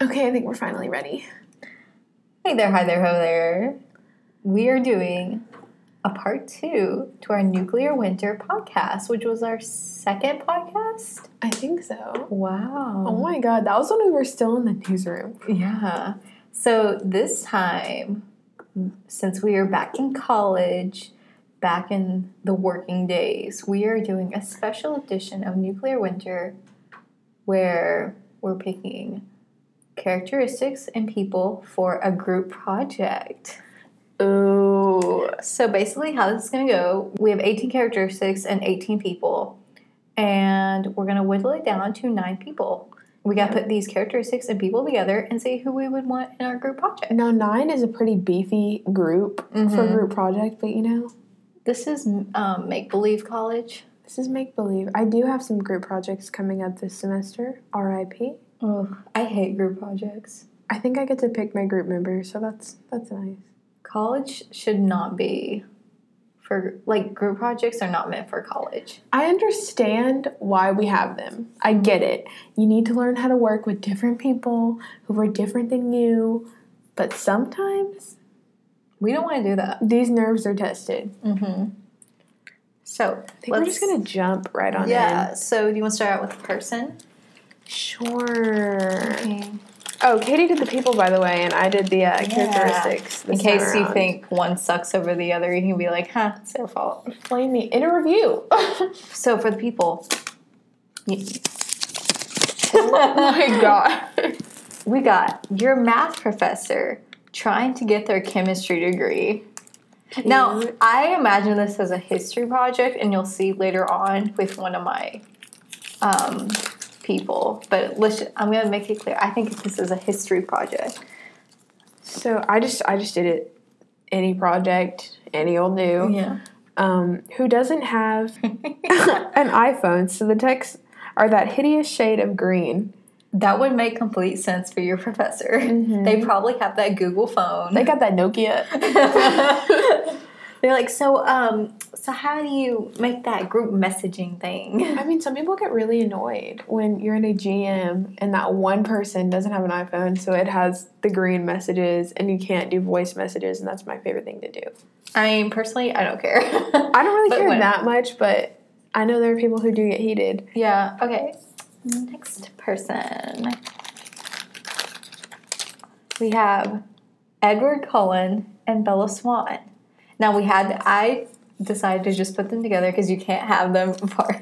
Okay, I think we're finally ready. Hey there, hi there, ho there. We are doing a part two to our Nuclear Winter podcast, which was our second podcast. I think so. Wow. Oh my god, that was when we were still in the newsroom. Oh, Yeah. So this time, since we are back in college, back in the working days, we are doing a special edition of Nuclear Winter where we're picking characteristics and people for a group project. Ooh. So basically, how this is going to go, we have 18 characteristics and 18 people, and we're going to whittle it down to nine people. We got to put these characteristics and people together and see who we would want in our group project. Now, nine is a pretty beefy group for Mhm. group project, but you know, This is um, make believe college. this is make believe. I do have some group projects coming up this semester, RIP. Oh, I hate group projects. I think I get to pick my group members, so that's that's nice. College should not be for like group projects are not meant for college. I understand why we have them. I get it. You need to learn how to work with different people who are different than you, but sometimes We don't want to do that. these nerves are tested. Mm-hmm. So I think we're just gonna jump right on yeah. in. So do you want to start out with a person? Sure. Okay. Oh, Katie did the people, by the way, and I did the uh, characteristics. In this case time you around. think one sucks over the other, you can be like, huh, it's their fault. blame me in a review. oh So for the people, y- my god. we got your math professor trying to get their chemistry degree. Now, Cute. I imagine this as a history project, and you'll see later on with one of my um, people. But let's ju- I'm going to make it clear. I think this is a history project. So I just I just did it. Any project, any old new. Yeah. um, who doesn't have an iPhone, so the texts are that hideous shade of green. That would make complete sense for your professor. They probably have that Google phone. They got that Nokia. They're like, so, um, so how do you make that group messaging thing? I mean, some people get really annoyed when you're in a GM and that one person doesn't have an iPhone, so it has the green messages and you can't do voice messages, and that's my favorite thing to do. I mean, personally, I don't care. I don't really But care when- that much, but I know there are people who do get heated. Yeah. Okay. Next person. We have Edward Cullen and Bella Swan. Now we had I decided to just put them together because you can't have them apart.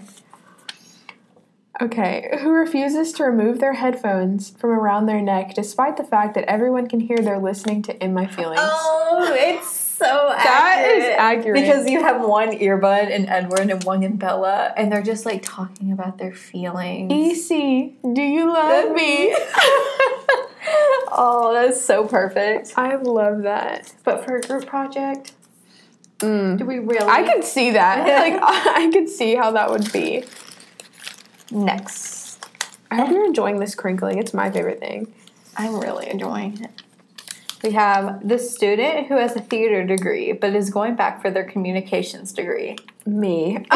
Okay, who refuses to remove their headphones from around their neck despite the fact that everyone can hear they're listening to In My Feelings? Oh, it's so That is accurate. Because you have one earbud in Edward and one in Bella, and they're just like talking about their feelings. EC, do you love me? oh, that's so perfect. I love that. But for a group project, do we really? I could see that. Like, I could see how that would be. next. I hope you're enjoying this crinkling. It's my favorite thing. I'm really enjoying it. We have the student who has a theater degree but is going back for their communications degree. Me.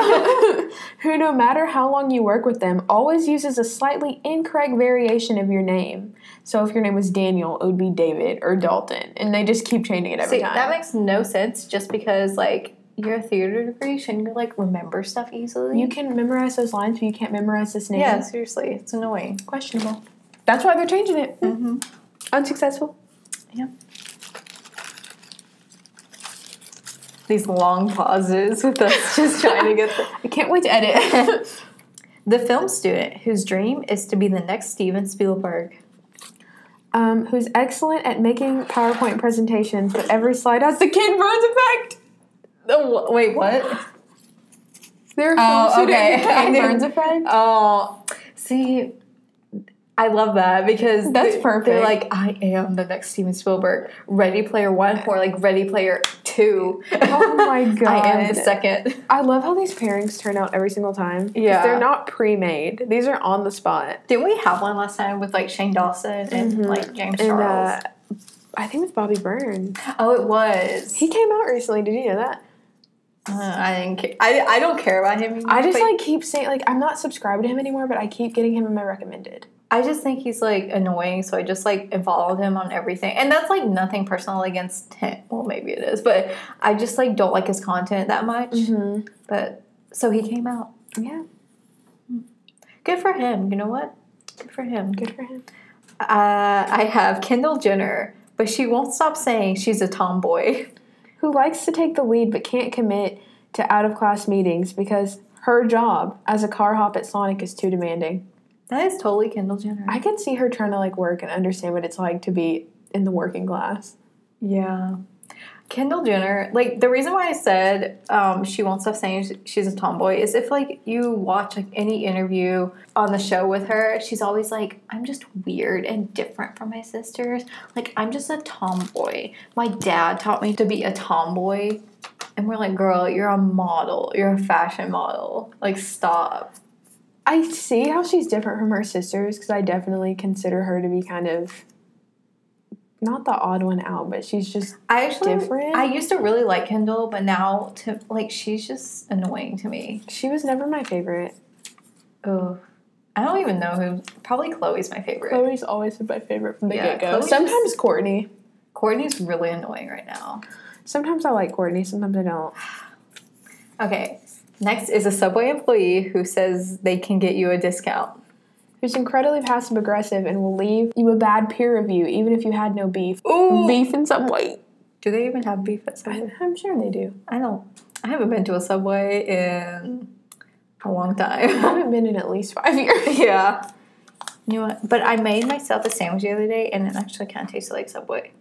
Who, no matter how long you work with them, always uses a slightly incorrect variation of your name. So, if your name was Daniel, it would be David or Dalton. And they just keep changing it every See, time. that makes no sense just because, like, your theater degree, shouldn't you, like, remember stuff easily? you can memorize those lines, but you can't memorize this name. Yeah, seriously, it's annoying. Questionable. That's why they're changing it. Mm-hmm. Unsuccessful. These long pauses with us just trying to get the. I can't wait to edit. The film student whose dream is to be the next Steven Spielberg. um, who's excellent at making PowerPoint presentations, but every slide has the Ken Burns effect. Oh, wait, what? They're Oh, okay. I Ken knew- Burns effect. Oh, see, I love that because That's they- They're perfect. like, I am the next Steven Spielberg. Ready Player One or like Ready Player Two. Oh my I am God. the second. I love how these pairings turn out every single time. 'Cause Yeah. they're not pre-made; these are on the spot. Didn't we have one last time with like Shane Dawson Mm-hmm. and Mhm. like James And uh, Charles? I think it's Bobby Burns. oh, it was. He came out recently. Did you know that? Uh, I didn't. Care. I I don't care about him. I just but like keep saying like I'm not subscribed to him anymore, but I keep getting him in my recommended. I just think he's like annoying, so I just like involved him on everything. And that's like nothing personal against him. Well, maybe it is, but I just like don't like his content that much. Mm-hmm. But so he came out. Yeah, Good for him. You know what? Good for him. good for him. Uh, I have Kendall Jenner, but she won't stop saying she's a tomboy. Who likes to take the lead but can't commit to out of class meetings because her job as a car hop at Sonic is too demanding. That is totally Kendall Jenner. I can see her trying to like work and understand what it's like to be in the working class. yeah. Kendall Jenner, like the reason why I said um, she won't stop saying sh- she's a tomboy is if like you watch like any interview on the show with her, she's always like, I'm just weird and different from my sisters. Like I'm just a tomboy. My dad taught me to be a tomboy, and we're like, girl, you're a model. You're a fashion model. Like stop. I see how she's different from her sisters because I definitely consider her to be kind of not the odd one out, but she's just I actually, different. I used to really like Kendall, but now to like she's just annoying to me. she was never my favorite. Ugh. I don't even know who. Probably Chloe's my favorite. Chloe's always been my favorite from the Yeah, get go. Chloe's Sometimes just- Courtney. Courtney's really annoying right now. Sometimes I like Courtney, sometimes I don't. Okay. Next is a Subway employee who says they can get you a discount. Who's incredibly passive aggressive and will leave you a bad peer review even if you had no beef. Ooh. Beef in some way. Do they even have beef at Subway? I- I'm sure they do. I don't. I haven't been to a Subway in a long I time. haven't been in at least five years. yeah. You know what? But I made myself a sandwich the other day, and it actually kind of tasted like Subway.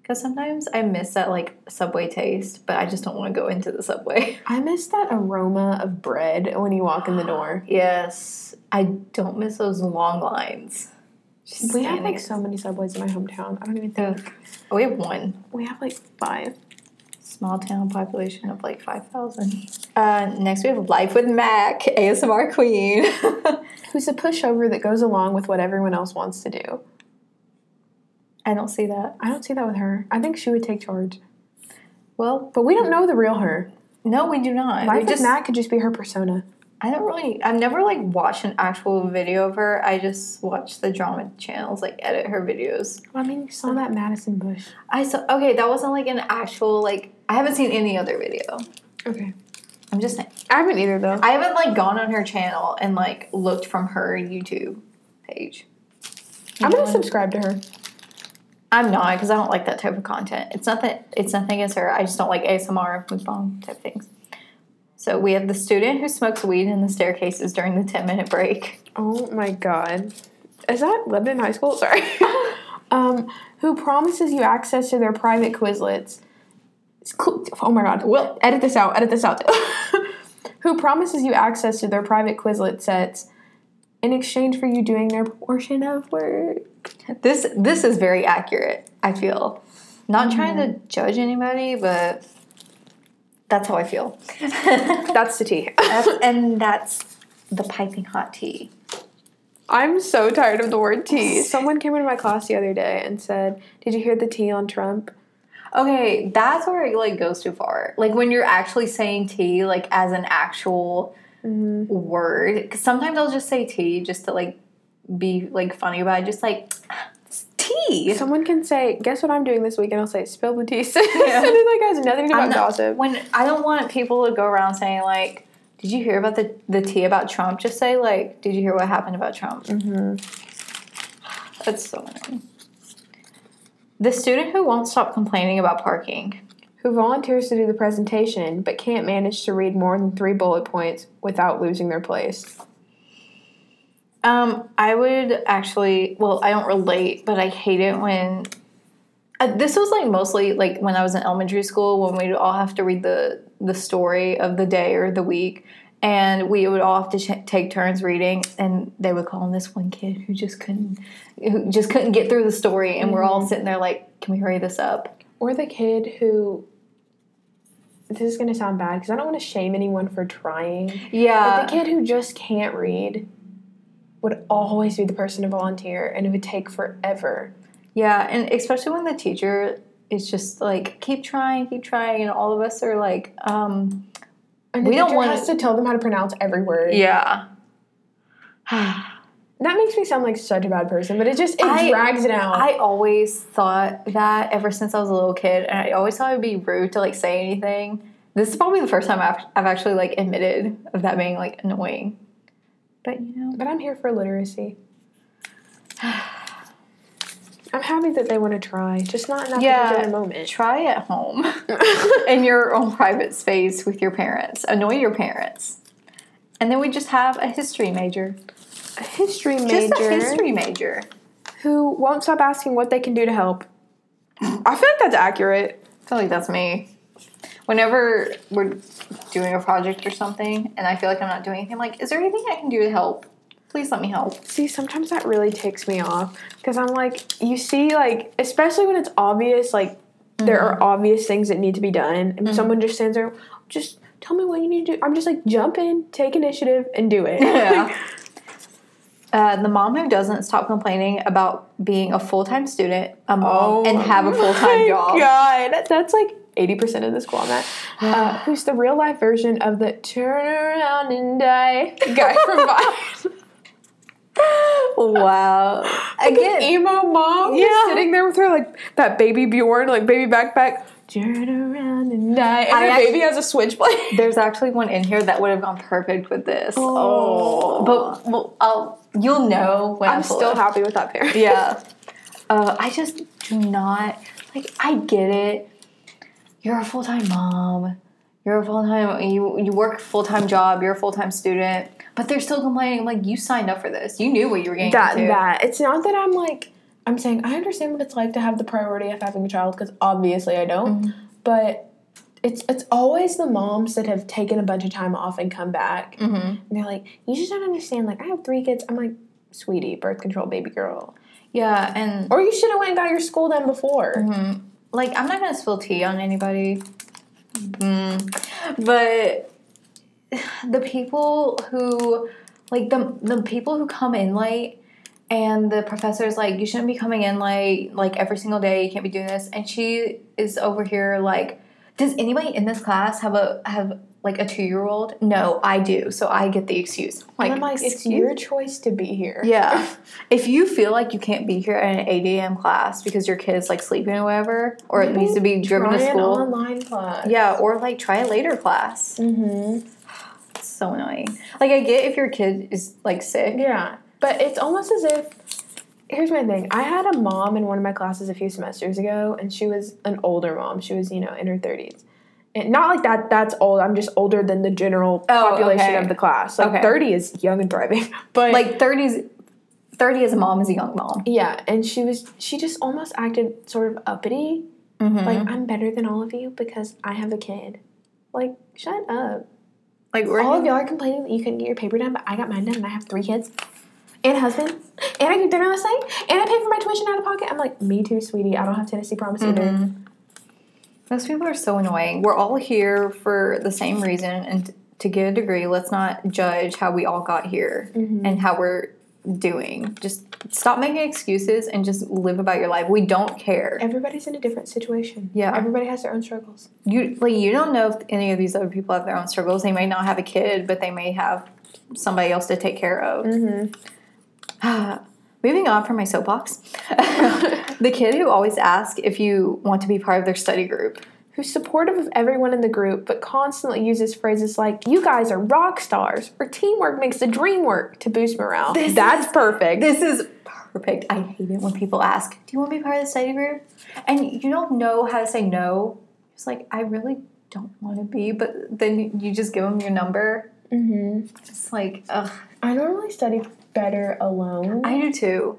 Because sometimes I miss that like Subway taste, but I just don't want to go into the Subway. I miss that aroma of bread when you walk in the door. yes, I don't miss those long lines. Just We have standing- like so many subways in my hometown. I don't even think Oh, we have one we have like five. small town population of like five thousand. Uh, next we have Life with Mac, ASMR Queen. Who's a pushover that goes along with what everyone else wants to do? I don't see that. I don't see that with her. I think she would take charge. Well, But we don't know the real her. no, we do not. Life we with Matt could just be her persona. I don't really. I've never like watched an actual video of her. I just watch the drama channels like edit her videos. I mean, you saw that Madison Bush. I saw. Okay, that wasn't like an actual like. I haven't seen any other video. Okay. I'm just saying. I haven't either though. I haven't like gone on her channel and like looked from her YouTube page. I'm gonna Yeah. subscribe to her. I'm not because I don't like that type of content. It's not that it's nothing against her. I just don't like ASMR mukbang type things. So we have the student who smokes weed in the staircases during the 10 minute break. Oh my god. Is that Lebanon High School? Sorry. um, who promises you access to their private Quizlets? It's cl- Oh my god. Well, edit this out. Edit this out. who promises you access to their private Quizlet sets in exchange for you doing their portion of work? This this is very accurate. I feel not trying to judge anybody, but that's how I feel. That's the tea. and that's the piping hot tea. I'm so tired of the word tea. Someone came into my class the other day and said, "Did you hear the tea on Trump?" Okay, that's where it like goes too far. Like when you're actually saying tea, like as an actual word. 'Cause sometimes I'll just say tea just to like be like funny about it. Just like "It's tea. Someone can say, "Guess what I'm doing this week?" and I'll say, "Spill the tea." sis." and it like has nothing to do I'm with not- gossip. When I don't want people to go around saying like, "Did you hear about the the tea about Trump?" Just say like, "Did you hear what happened about Trump?" Mm-hmm. That's so annoying. The student who won't stop complaining about parking. who volunteers to do the presentation but can't manage to read more than three bullet points without losing their place. Um, I would actually. Well, I don't relate, but I hate it when. Uh, this was like mostly like when I was in elementary school when we'd all have to read the the story of the day or the week, and we would all have to ch- take turns reading, and they would call on this one kid who just couldn't, who just couldn't get through the story, and we're all sitting there like, can we hurry this up? Or the kid who. This is gonna sound bad because I don't want to shame anyone for trying. Yeah, But the kid who just can't read would always be the person to volunteer and it would take forever. Yeah, and especially when the teacher is just like, keep trying, keep trying, and all of us are like, um, And the We teacher don't want- has to tell them how to pronounce every word. Yeah. That makes me sound like such a bad person, but it just it I- drags it out. I always thought that ever since I was a little kid, and I always thought it would be rude to like say anything. This is probably the first time I've, I've actually like admitted of that being like annoying. But you know, but I'm here for literacy. I'm happy that they want to try, just not in that Yeah. particular moment. try at home in your own private space with your parents. Annoy your parents, and then we just have a history major, A history major just a history major. who won't stop asking what they can do to help. I feel like that's accurate. I feel like that's me. Whenever we're doing a project or something, and I feel like I'm not doing anything, I'm like, is there anything I can do to help? Please let me help. See, sometimes that really ticks me off because I'm like, you see, like, especially when it's obvious, like, there are obvious things that need to be done, and someone just stands there, just tell me what you need to do. I'm just like, jump in, take initiative, and do it. Yeah. Uh, the mom who doesn't stop complaining about being a full time student, a mom, and have a full time Oh my job. God, that's like 80% of the school I'm at. Uh, who's the real life version of the turn around and die guy from Vine? Wow. Again, Again, emo mom who's Yeah. sitting there with her like that baby Bjorn, like baby backpack. Turn around and die. And I her actu- baby has a switchblade. there's actually one in here that would have gone perfect with this. Oh. But well, I'll, you'll know when I I'm pull still it. happy with that pair. Yeah. Uh, I just do not like. I get it. You're a full time mom. You're a full time. You you work full time job. You're a full time student. But they're still complaining. I'm like you signed up for this. You knew what you were getting That into. that. It's not that I'm like I'm saying I understand what it's like to have the priority of having a child because obviously I don't. Mm-hmm. But it's it's always the moms that have taken a bunch of time off and come back. Mm-hmm. And they're like, you just don't understand. Like I have three kids. I'm like, sweetie, birth control, baby girl. Yeah, and Or you should have went and got your school done before. Mm-hmm. like I'm not gonna spill tea on anybody. Mm. But the people who like the the people who come in late and the professor's like you shouldn't be coming in late like every single day you can't be doing this and she is over here like does anybody in this class have a have like a two year old no i do so i get the excuse like, And I'm like, it's excuse your choice to be here. yeah. If you feel like you can't be here at an 8 a.m. class because your kid's like sleeping or whatever, or it Maybe needs to be driven Try to an school. online class. Yeah, or like try a later class. Mm-hmm. hmm It's so annoying. Like, I get if your kid is like sick. Yeah, but it's almost as if. Here's my thing. I had a mom in one of my classes a few semesters ago, and she was an older mom. She was, you know, in her 30s. And not like that, that's old. I'm just older than the general Oh, population okay. of the class. Like, Okay. 30 30 is young and thriving. But, Like, 30s, 30 as a mom is a young mom. yeah, and she was, she just almost acted sort of uppity. Mm-hmm. Like, I'm better than all of you because I have a kid. Like, shut up. Like, we're All of y'all are complaining that you couldn't get your paper done, but I got mine done and I have three kids and a husband and I get dinner last night and I paid for my tuition out of pocket. I'm like, me too, sweetie. I don't have Tennessee Promise either. Those people are so annoying. We're all here for the same reason and t- to get a degree. Let's not judge how we all got here and how we're doing. Just stop making excuses and just live about your life. We don't care. Everybody's in a different situation. Yeah. Everybody has their own struggles. You like you don't know if any of these other people have their own struggles. They may not have a kid, but they may have somebody else to take care of. Mm-hmm. Moving on from my soapbox, the kid who always asks if you want to be part of their study group. Who's supportive of everyone in the group, but constantly uses phrases like, you guys are rock stars or teamwork makes the dream work to boost morale. This That's perfect. This is perfect. I hate it when people ask, Do you want to be part of the study group? And you don't know how to say no. It's like, I really don't want to be, but then you just give them your number. Mhm. It's like, ugh, I normally study better alone I do too.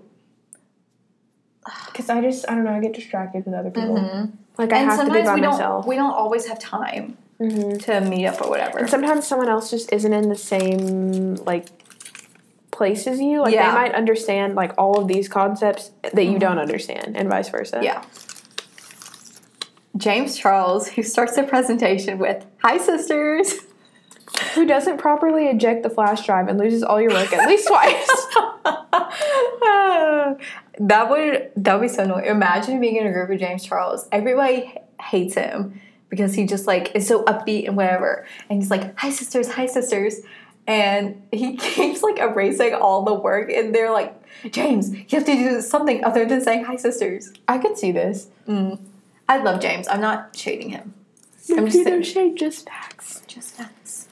because I just, I don't know, I get distracted with other people. Mm-hmm. Like, I and have to be sometimes by we myself. Mm-hmm. don't we don't always have time to meet up or whatever. And sometimes someone else just isn't in the same like place as you. Like Yeah. they might understand like all of these concepts that you don't understand, and vice versa. Yeah. James Charles, who starts the presentation with "Hi, sisters." Who doesn't properly eject the flash drive and loses all your work at least twice? that would that would be so annoying. Imagine being in a group with James Charles. Everybody h- hates him because he just like is so upbeat and whatever. And he's like, "Hi sisters, hi sisters," and he keeps like erasing all the work and they're like james you have to do something other than saying hi sisters I could see this. i love james i'm not shading him I'm i'm just saying shade just facts. just facts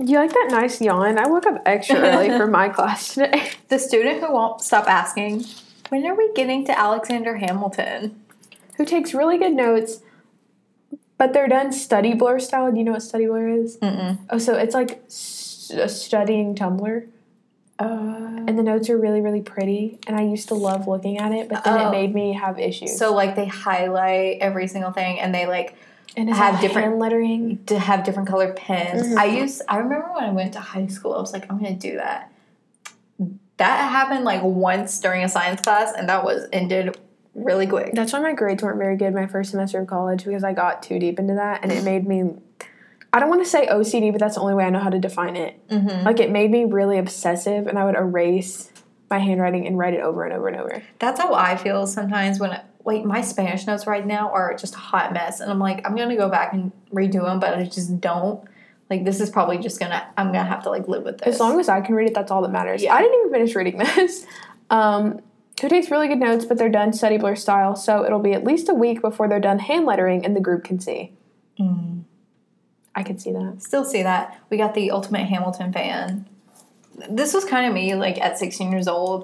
You like that nice yawn? I woke up extra early for my class today. the student who won't stop asking when are we getting to alexander hamilton Who takes really good notes, but they're done study blur style. Do you know what study blur is? Mm-mm. Oh, so it's like s- a studying Tumblr, Uh, and the notes are really, really pretty. And I used to love looking at it, but then Oh. it made me have issues. so like they highlight every single thing and they like and it's have all different- hand lettering. to have different colored pens. Mhm. I used I remember when I went to high school, I was like, I'm gonna do that. That happened like once during a science class and that was ended really quick. That's why my grades weren't very good my first semester of college because I got too deep into that, and it made me. I don't want to say OCD, but that's the only way I know how to define it. hmm Like it made me really obsessive, and I would erase my handwriting and write it over and over and over. That's how I feel sometimes when I, like my Spanish notes right now are just a hot mess and I'm like, I'm gonna go back and redo them, but I just don't. Like this is probably just gonna I'm gonna have to like live with this. As long as I can read it, that's all that matters. Yeah. I didn't even finish reading this. Um, who takes really good notes, but they're done study blur style, so it'll be at least a week before they're done hand lettering and the group can see. Mm. I can see that. Still see that. We got the ultimate Hamilton fan. This was kind of me like at 16 years old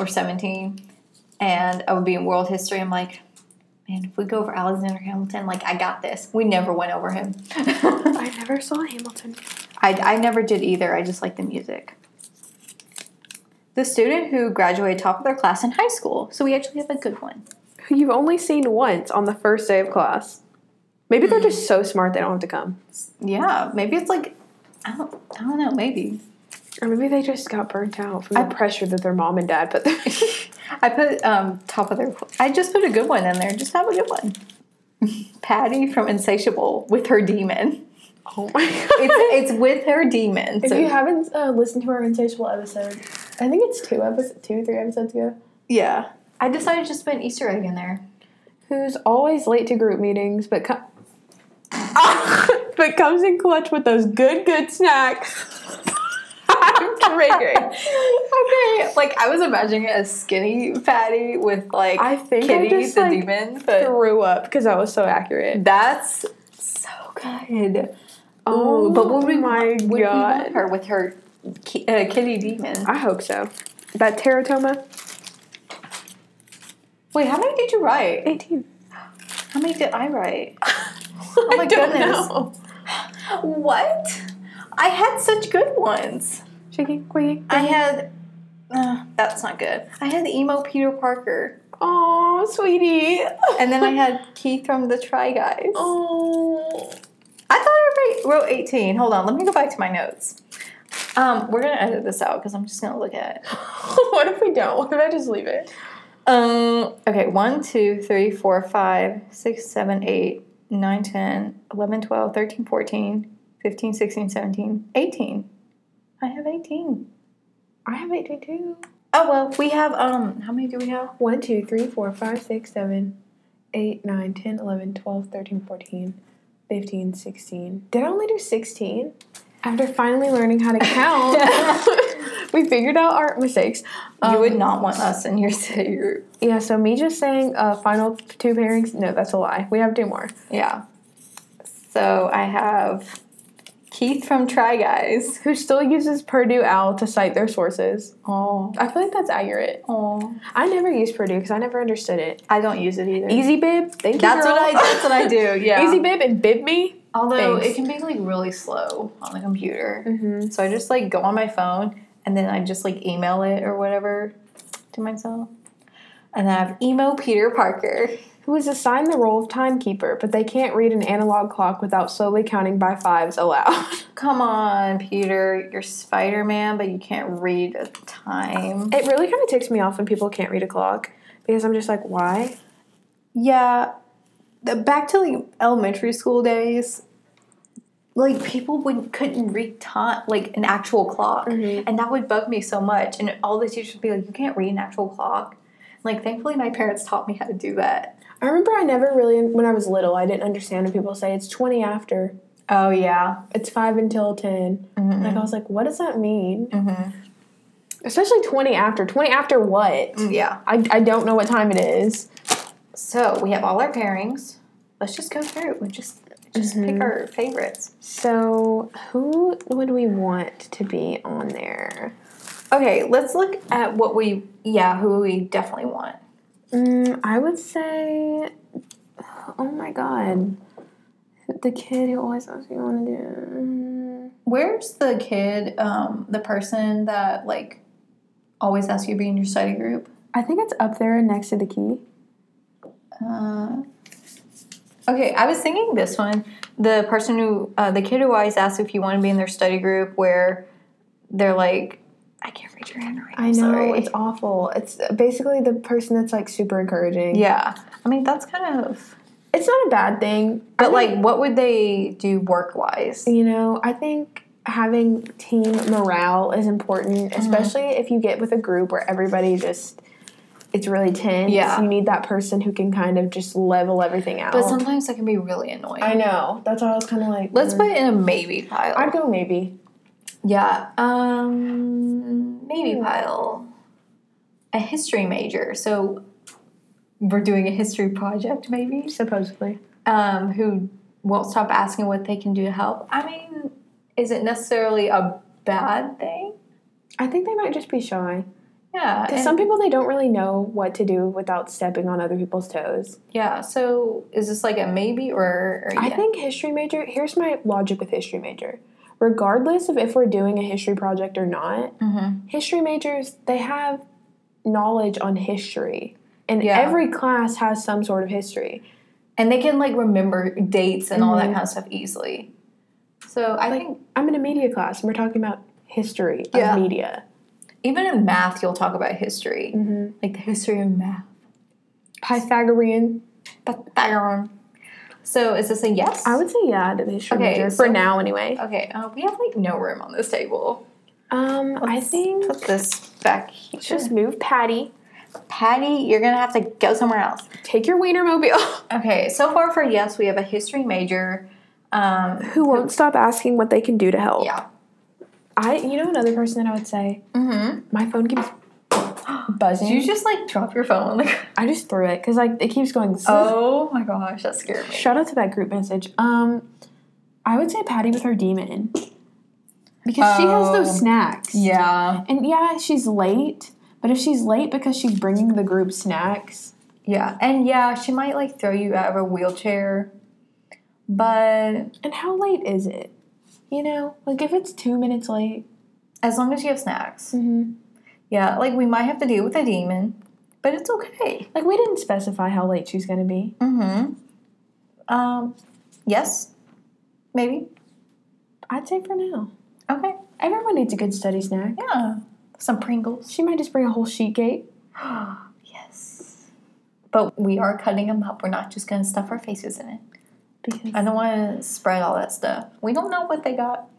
or 17, and I would be in world history. I'm like, man, if we go over Alexander Hamilton, like I got this. We never went over him. I, I never saw Hamilton. I never did either. I just like the music. The student who graduated top of their class in high school. So we actually have a good one. Who you've only seen once on the first day of class. Maybe they're just so smart they don't have to come. Yeah, maybe it's like, I don't, I don't know, maybe. Or maybe they just got burnt out from the I- pressure that their mom and dad put them. I put um, top of their. I just put a good one in there. Just have a good one. Patty from Insatiable with her demon. oh my god. It's it's with her demon. If So you haven't uh, listened to our insatiable episode, I think it's two episodes, two, three episodes ago. yeah, I decided to just put an Easter egg in there. Who's always late to group meetings, but co- but comes in clutch with those good, good snacks. I'm triggered. okay, like I was imagining it as skinny Patty with like I think I Kitty just the like demon, but threw up because that was so accurate. that's so good. Oh Ooh, but would we my would we want God. her with her ki- uh, kitty demon? I hope so. That teratoma, Wait, how many did you write? eighteen. How many did I write? Oh my goodness. What? I had such good ones. Shaky, quaky. I had. Uh, that's not good. I had emo Peter Parker, Oh, sweetie. and then I had Keith from the Try Guys. Oh. I thought I write- wrote eighteen. Hold on, let me go back to my notes. Um, we're gonna edit this out because I'm just gonna look at it. what if we don't? What if I just leave it? Um, okay, one, two, three, four, five, six, seven, eight, nine, ten, eleven, twelve, thirteen, fourteen, fifteen, sixteen, seventeen, eighteen. I have eighteen. I have eighteen too. Oh well, we have um. How many do we have? 1, 2, 3, 4, 5, 6, 7, 8, 9, 10, 11, 12, 13, 14, 15, 16. Did I only do 16? After finally learning how to count, we figured out our mistakes. Um, you would not want us in your city group. Yeah, so me just saying uh, final two pairings, no, that's a lie. We have two more. Yeah. So I have Keith from Try Guys. Who still uses Purdue OWL to cite their sources? Oh. I feel like that's accurate. Oh. I never used Purdue because I never understood it. I don't use it either. Easy Bib, thank you. That's girl. what I. That's what I do. Yeah. Easy Bib and Bib Me. Although Thanks. it can be like really slow on the computer, Mm-hmm. so I just like go on my phone and then I just like email it or whatever to myself. And then I have emo Peter Parker. who is assigned the role of timekeeper, but they can't read an analog clock without slowly counting by fives aloud. Come on, Peter, you're Spider Man, but you can't read a time. it really kind of ticks me off when people can't read a clock because I'm just like, why? Yeah, the- back to like elementary school days, like people would couldn't read time like an actual clock, Mhm. and that would bug me so much. And all the teachers would be like, "You can't read an actual clock." Like, thankfully, my parents taught me how to do that. I remember I never really, when I was little, I didn't understand when people say it's 20 after. Oh yeah. It's five until 10. Mhm. Like, I was like, what does that mean? Mhm. Especially 20 after. 20 after what? Mm, Yeah. I, I don't know what time it is. So we have all our pairings. Let's just go through and just just pick our favorites. So, who would we want to be on there? Okay, let's look at what we yeah who we definitely want. Mm, I would say, oh my god, the kid who always asks me want to do. Where's the kid? Um, the person that like always asks you to be in your study group. I think it's up there next to the key. Uh, okay, I was thinking this one. The person who, uh, the kid who always asks if you want to be in their study group, where they're like, "I can't read your handwriting." I I'm know sorry." it's awful. It's uh, basically the person that's like super encouraging. yeah. I mean, that's kind of. it's not a bad thing, I But think, like, what would they do work wise? you know, I think having team morale is important, especially if you get with a group where everybody just. It's really tense. Yeah. You need that person who can kind of just level everything out. But sometimes that can be really annoying. I know. That's why I was kind of like. Let's mm. put it in a maybe pile. I'd go maybe. yeah. Um, maybe pile. A history major. So we're doing a history project, maybe. Supposedly. um, who won't stop asking what they can do to help. I mean, is it necessarily a bad thing? I think they might just be shy. Yeah. 'Cause and- some people, they don't really know what to do without stepping on other people's toes. yeah. So is this like a maybe or, or I yeah? think history major, here's my logic with history major. Regardless of if we're doing a history project or not, Mhm. history majors, they have knowledge on history. And Yeah. every class has some sort of history. and they can like remember dates and all that Mhm. kind of stuff easily. So I think I'm in a media class and we're talking about history Yeah. of media. even in math, you'll talk about history, Mhm. like the history of math. Pythagorean. Pythagoras. um, So is this a yes? I would say yeah to the history Okay, major so- for now anyway. Okay, uh, we have like no room on this table. Um, I Let's think put this back here. just move Patty. Patty, you're gonna have to go somewhere else. Take your Wienermobile. Okay, so far for yes, we have a history major. Um, Who won't stop asking what they can do to help? yeah. I, you know, another person that I would say, Mm-hmm. my phone keeps Did buzzing. you just like drop your phone? Like, I just threw it because like it keeps going. oh my gosh, that scared me. Shout out to that group message. Um, I would say Patty with her demon because she has Oh. those snacks. Yeah, and yeah, she's late. But if she's late because she's bringing the group snacks, yeah, and yeah, she might like throw you out of a wheelchair, but and how late is it? You know, like if it's two minutes late. as long as you have snacks, Mm-hmm. yeah, like we might have to deal with a demon, but it's okay. Like we didn't specify how late she's gonna be. Mm-hmm. Um, yes, maybe. I'd say for now. Okay, Everyone needs a good study snack. yeah, some Pringles. She might just bring a whole sheet cake. yes. But we are cutting them up. We're not just going to stuff our faces in it. Because I don't want to spread all that stuff. We don't know what they got.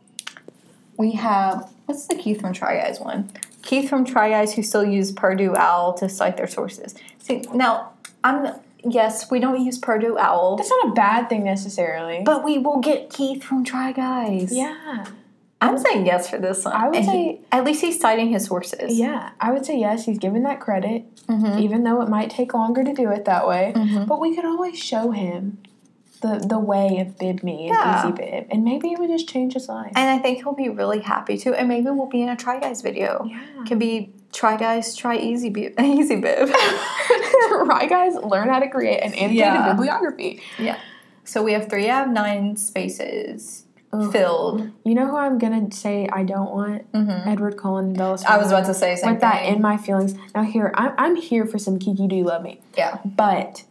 We have, what's the Keith from Try Guys one? Keith from Try Guys who still use Purdue Owl to cite their sources. See, now, I'm, yes, we don't use Purdue Owl, that's not a bad thing necessarily. but we will get Keith from Try Guys. yeah, I'm saying yes for this one. I would And he- say- at least he's citing his sources. yeah, I would say yes. He's given that credit, Mhm. even though it might take longer to do it that way. But we could always show him the the way of bib me and Yeah. easy bib, and maybe it would just change his life. And I think he'll be really happy too. And maybe we'll be in a Try Guys video. Yeah. Could be Try Guys, Try Easy Bib. Easy Bib. right, guys, learn how to create an annotated Yeah. bibliography. yeah. So we have three out of nine spaces Ugh. filled. You know who I'm gonna say I don't want? Edward Cullen and Bella. I was Swan. about to say something. with that in my feelings. Now here, I'm, I'm here for some Kiki Do You Love Me, yeah. but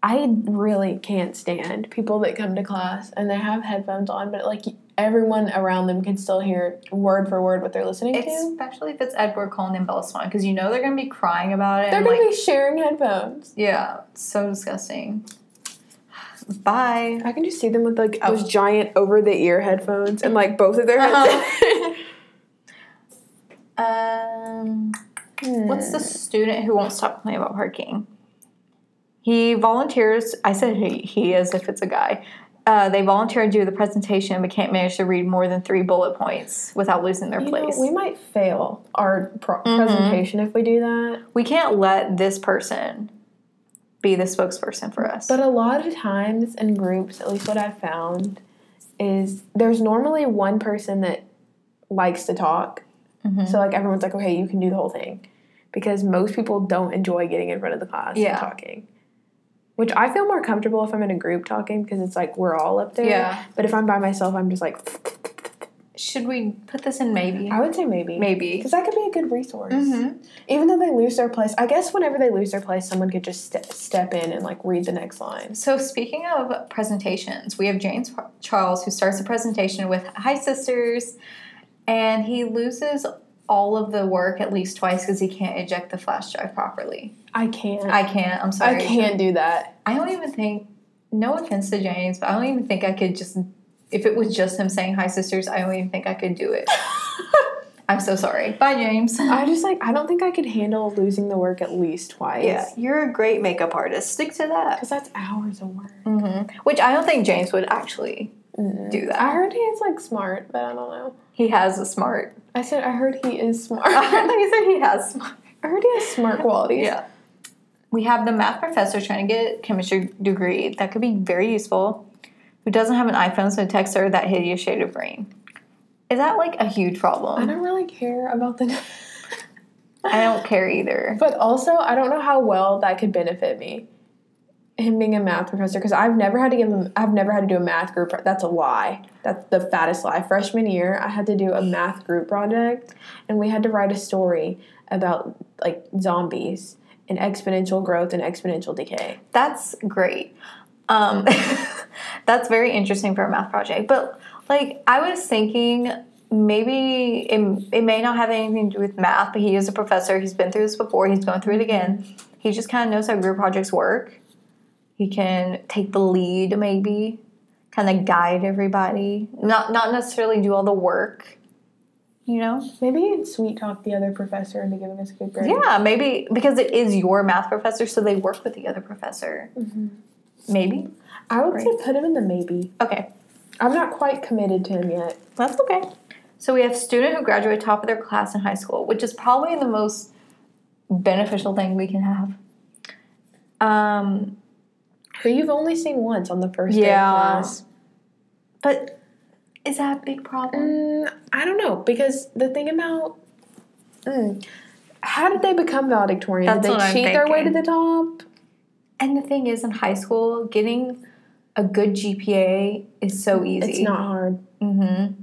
I really can't stand people that come to class and they have headphones on, but like everyone around them can still hear word for word what they're listening to. Especially if it's Edward Cullen and Bella Swan, because you know they're gonna be crying about it. They're and gonna like, be sharing headphones. yeah, it's so disgusting. Bye. I can just see them with like Oh. those giant over the ear headphones and like both of their Uh-huh. heads. Um, what's hmm. the student who won't stop complaining about parking? He volunteers. I said he, he as if it's a guy. uh, they volunteered to do the presentation but can't manage to read more than three bullet points without losing their You know, place. we might fail our pro- Mm-hmm. presentation if we do that. we can't let this person be the spokesperson for us. But a lot of times in groups, at least what I've found, is there's normally one person that likes to talk. Mm-hmm. So like everyone's like, okay, you can do the whole thing, because most people don't enjoy getting in front of the class Yeah. and talking. Which I feel more comfortable if I'm in a group talking because it's like we're all up there. Yeah. But if I'm by myself, I'm just like, Should we put this in maybe? I would say maybe. Maybe. Mm-hmm. Because that could be a good resource. Even though they lose their place, I guess whenever they lose their place, someone could just ste- step in and like read the next lines. So, speaking of presentations, we have James Charles who starts the presentation with Hi, sisters, and he loses all of the work at least twice because he can't eject the flash drive properly. I can't. I can't, I'm I sorry. can't do that. I don't even think, no offense to James, but I don't even think I could just, if it was just him saying Hi, sisters, I don't even think I could do it. I'm so sorry. Bye, James. I just like I don't think I could handle losing the work at least twice. Yeah, you're a great makeup artist. Stick to that. Because that's hours of work. Which I don't think James would actually do that. I heard he is like smart, but I don't know. He has a smart. I said I heard he is smart. I I thought you said he has smart. heard he has smart qualities. We have the math professor trying to get a chemistry degree. That could be very useful. Who doesn't have an iPhone, so text her that hideous shade of green. Is that like a huge I problem? don't really care about the I don't care either. But also, I don't know how well that could benefit me. Him being a math professor, because I've never had to give him. I've never had to do a math group. pro- That's a lie. That's the fattest lie. Freshman year, I had to do a math group project, and we had to write a story about like zombies and exponential growth and exponential decay. That's great. Um, that's very interesting for a math project. But like I was thinking, maybe it, it may not have anything to do with math, but he is a professor. He's been through this before. He's going through it again. He just kind of knows how group projects work. He can take the lead, maybe kind of guide everybody. Not not necessarily do all the work. You know? Maybe he'd sweet talk the other professor into giving us a good grade. Yeah, maybe because it is your math professor, so they work with the other professor. Maybe. I would say put him in the maybe. Okay. I'm not quite committed to him yet. That's okay. So we have student who graduate top of their class in high school, which is probably the most beneficial thing we can have. Um, Who you've only seen once on the first day Yeah. of class. but is that a big problem? Mm, I don't know because the thing about Mm. how did they become valedictorian? That's did what they I'm cheat their way to thinking. the top? And the thing is, in high school, getting a good GPA is so easy. It's not hard. Mm-hmm.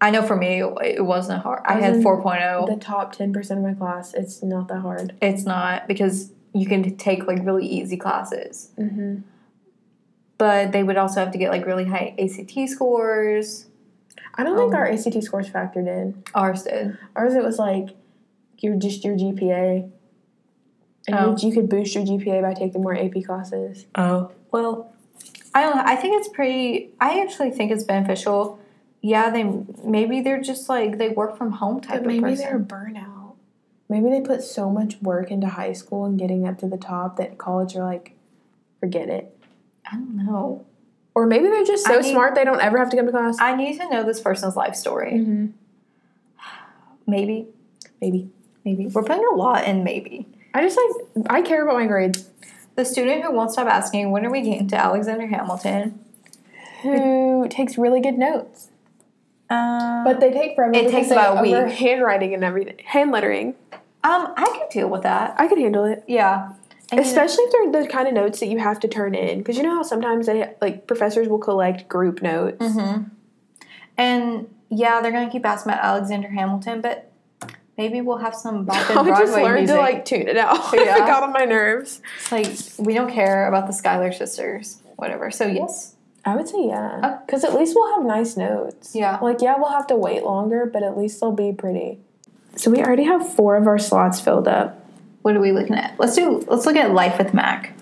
I know for me, it wasn't hard. I As had in 4.0. The top ten percent of my class, it's not that hard. It's not because you can take like really easy classes. Mm-hmm. But they would also have to get like really high ACT scores. I don't think our ACT scores factored in. Ours did. Ours, it was like you're just your GPA, and Oh. you, you could boost your GPA by taking more AP classes. Oh well, I don't. know. I think it's pretty. I actually think it's beneficial. Yeah, they maybe they're just like they work from home type But of maybe they're a person. burnout. Maybe they put so much work into high school and getting up to the top that college are like, forget it. I don't know. Or maybe they're just so I need- smart they don't ever have to come to class. I need to know this person's life story. Mm-hmm. Maybe, maybe. maybe we're putting a lot in maybe. I just like I care about my grades. The student who won't stop asking, when are we getting to Alexander Hamilton? Who takes really good notes? Um, But they take forever. It because takes they about a week. over handwriting and everything, hand lettering. Um, I could deal with that. I could handle it, Yeah. And especially if they're the kind of notes that you have to turn in. Because you know how sometimes they like professors will collect group notes. and yeah, they're gonna keep asking about Alexander Hamilton, but maybe we'll have some bop and I Broadway just learned music. to like tune it out. Yeah. it got on my nerves. It's like we don't care about the Schuyler sisters, whatever. So yes, I would say yeah, because Uh, at least we'll have nice notes. Yeah. like yeah, we'll have to wait longer, but at least they'll be pretty. So we already have four of our slots filled up. what are we looking at? Let's do. Let's look at Life with Mac.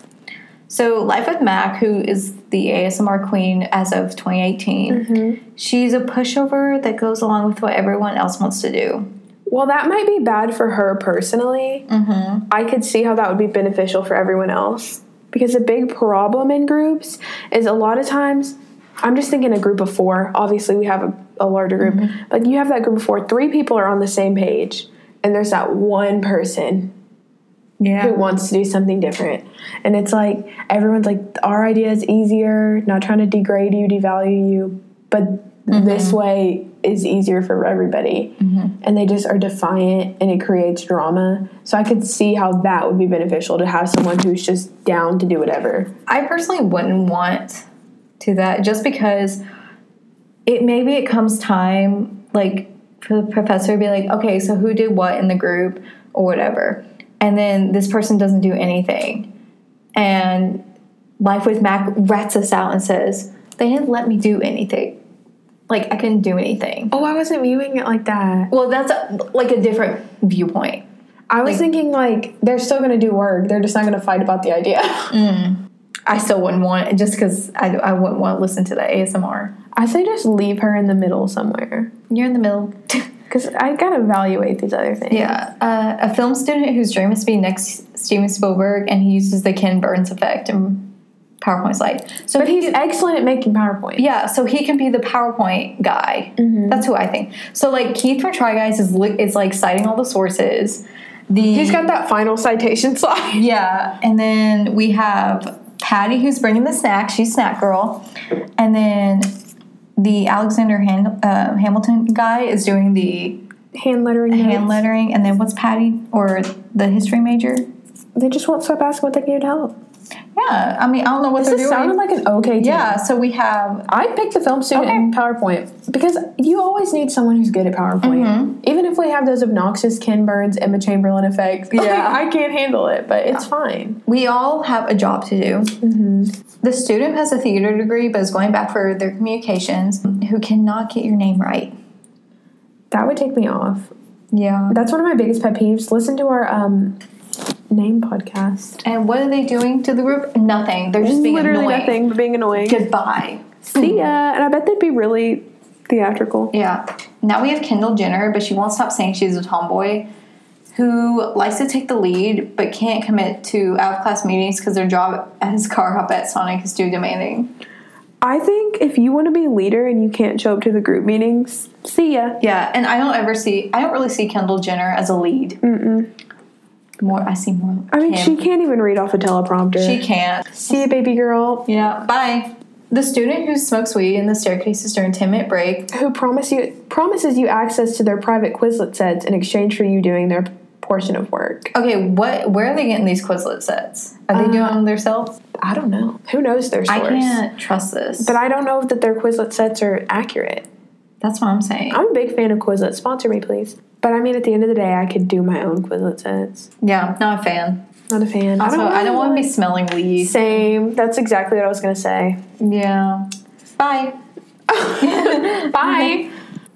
So Life with Mac, who is the ASMR queen as of 2018, she's a pushover that goes along with what everyone else wants to do. Well, that might be bad for her personally. I could see how that would be beneficial for everyone else. Because a big problem in groups is a lot of times I'm just thinking a group of four. Obviously, we have a, a larger group, but you have that group of four. Three people are on the same page, and there's that one person who Yeah. wants to do something different. And it's like everyone's like, our idea is easier, not trying to degrade you, devalue you, but this way is easier for everybody. And they just are defiant and it creates drama. So I could see how that would be beneficial to have someone who's just down to do whatever. I personally wouldn't want to that just because it maybe it comes time like for the professor to be like, okay, so who did what in the group or whatever, and then this person doesn't do anything, and Life with Mac rats us out and says they didn't let me do anything, like I couldn't do anything. Oh, I wasn't viewing it like that. Well, that's a, like a different viewpoint. I was thinking like they're still going to do work, they're just not going to fight about the idea. I still wouldn't want just because I, I wouldn't want to listen to that ASMR. I say just leave her in the middle somewhere. You're in the middle. Because I gotta evaluate these other things. Yeah, uh, a film student whose dream is to be next Steven Spielberg, and he uses the Ken Burns effect in PowerPoint slide. So But he he's can- excellent at making PowerPoint. yeah, so he can be the PowerPoint guy. Mm-hmm. That's who I think. So like Keith from Try Guys is li- is like citing all the sources. The He's got that final citation slide. yeah, and then we have Patty who's bringing the snack. She's snack girl, and then the Alexander Han- uh, Hamilton guy is doing the Hand lettering. hand lettering, and then what's Patty or the history major? They just won't stop asking what they can do to help. Yeah, I mean, I don't know what This they're is sounded doing. like an okay team. yeah, so we have I picked the film student Okay. in PowerPoint because you always need someone who's good at PowerPoint. Even if we have those obnoxious Ken Burns, Emma Chamberlain effects, like, Yeah. I can't handle it, but it's fine. we all have a job to do. Mm-hmm. The student has a theater degree but is going back for their communications. Who cannot get your name right? That would take me off. Yeah. That's one of my biggest pet peeves. Listen to our um, name podcast. And what are they doing to the group? Nothing. They're just being Literally annoying. nothing but being annoying. Goodbye. See ya. And I bet they'd be really theatrical. Yeah. Now we have Kendall Jenner, but she won't stop saying she's a tomboy who likes to take the lead but can't commit to out of class meetings because their job as car hop at Sonic is too demanding. I think if you want to be a leader and you can't show up to the group meetings, see ya. Yeah, and I don't ever see I don't really see Kendall Jenner as a lead. Mm-mm. More I see more. I mean, Kim. she can't even read off a teleprompter. she can't. see ya, baby girl. Yeah. Bye. The student who smokes weed in the staircases during ten minute break. Who promise you promises you access to their private Quizlet sets in exchange for you doing their portion of work? Okay, what? Where are they getting these Quizlet sets? Are they doing them themselves? I don't know. Who knows their I source? can't trust this. But I don't know that their Quizlet sets are accurate. That's what I'm saying. I'm a big fan of Quizlet. Sponsor me, please. But I mean, at the end of the day, I could do my own Quizlet sets. Yeah, not a fan. Not a fan. Also, I don't want to really be smelling weed. Same. That's exactly what I was gonna say. Yeah. Bye. Bye.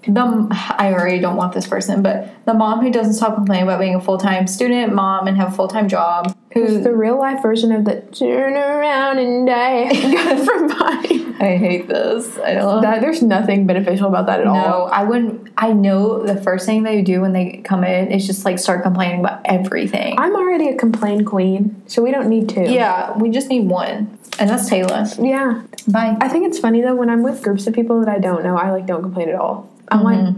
the I already don't want this person, but the mom who doesn't stop complaining about being a full time student, mom, and have a full time job. The Who real life version of the turn around and die from mine. I hate this. I don't. That, there's nothing beneficial about that at no, all. I wouldn't. I know the first thing they do when they come in is just like start complaining about everything. I'm already a complain queen, so we don't need to. yeah, we just need one, and that's Taylor. Yeah. Bye. I think it's funny though when I'm with groups of people that I don't know, I like don't complain at all. I'm like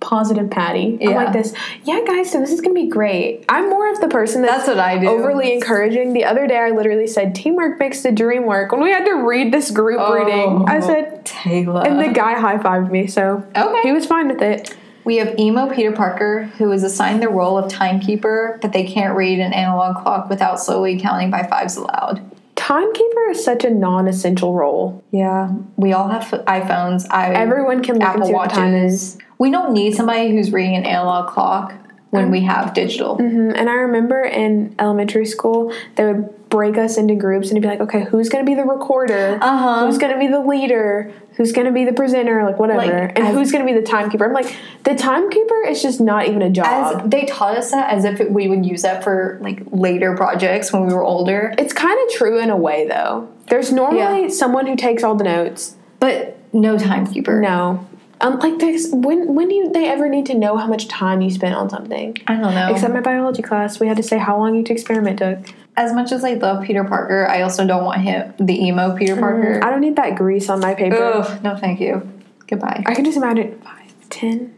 positive Patty. I'm Yeah. like this. Mm-hmm. Yeah, guys. So this is gonna be great. I'm more of the person that's, That's what I do. Overly encouraging. The other day, I literally said, "Teamwork makes the dream work." When we had to read this group reading, I Oh. said, Taylor. and the guy high fived me, so Okay. he was fine with it. We have emo Peter Parker, who is assigned the role of timekeeper, but they can't read an analog clock without slowly counting by fives aloud. Timekeeper is such a non-essential role. Yeah, we all have iPhones. I Everyone can look and Apple see what the time watches. We don't need somebody who's reading an analog clock when Um, we have digital. Mhm, And I remember in elementary school, they would break us into groups and it'd be like, okay, who's going to be the recorder? Uh-huh. Who's going to be the leader? Who's going to be the presenter? Like, whatever. Like, and as- who's going to be the timekeeper? I'm like, the timekeeper is just not even a job. As they taught us that as if it, we would use that for like later projects when we were older. it's kind of true in a way, though. There's normally Yeah. someone who takes all the notes. But no timekeeper. No. Um, like this, when when do you, they ever need to know how much time you spent on something? I don't know. Except my biology class, we had to say how long each experiment took. as much as I love Peter Parker, I also don't want him the emo Peter Parker. Mm-hmm. I don't need that grease on my paper. Ugh, no, thank you. Goodbye. I can just imagine 5, 10,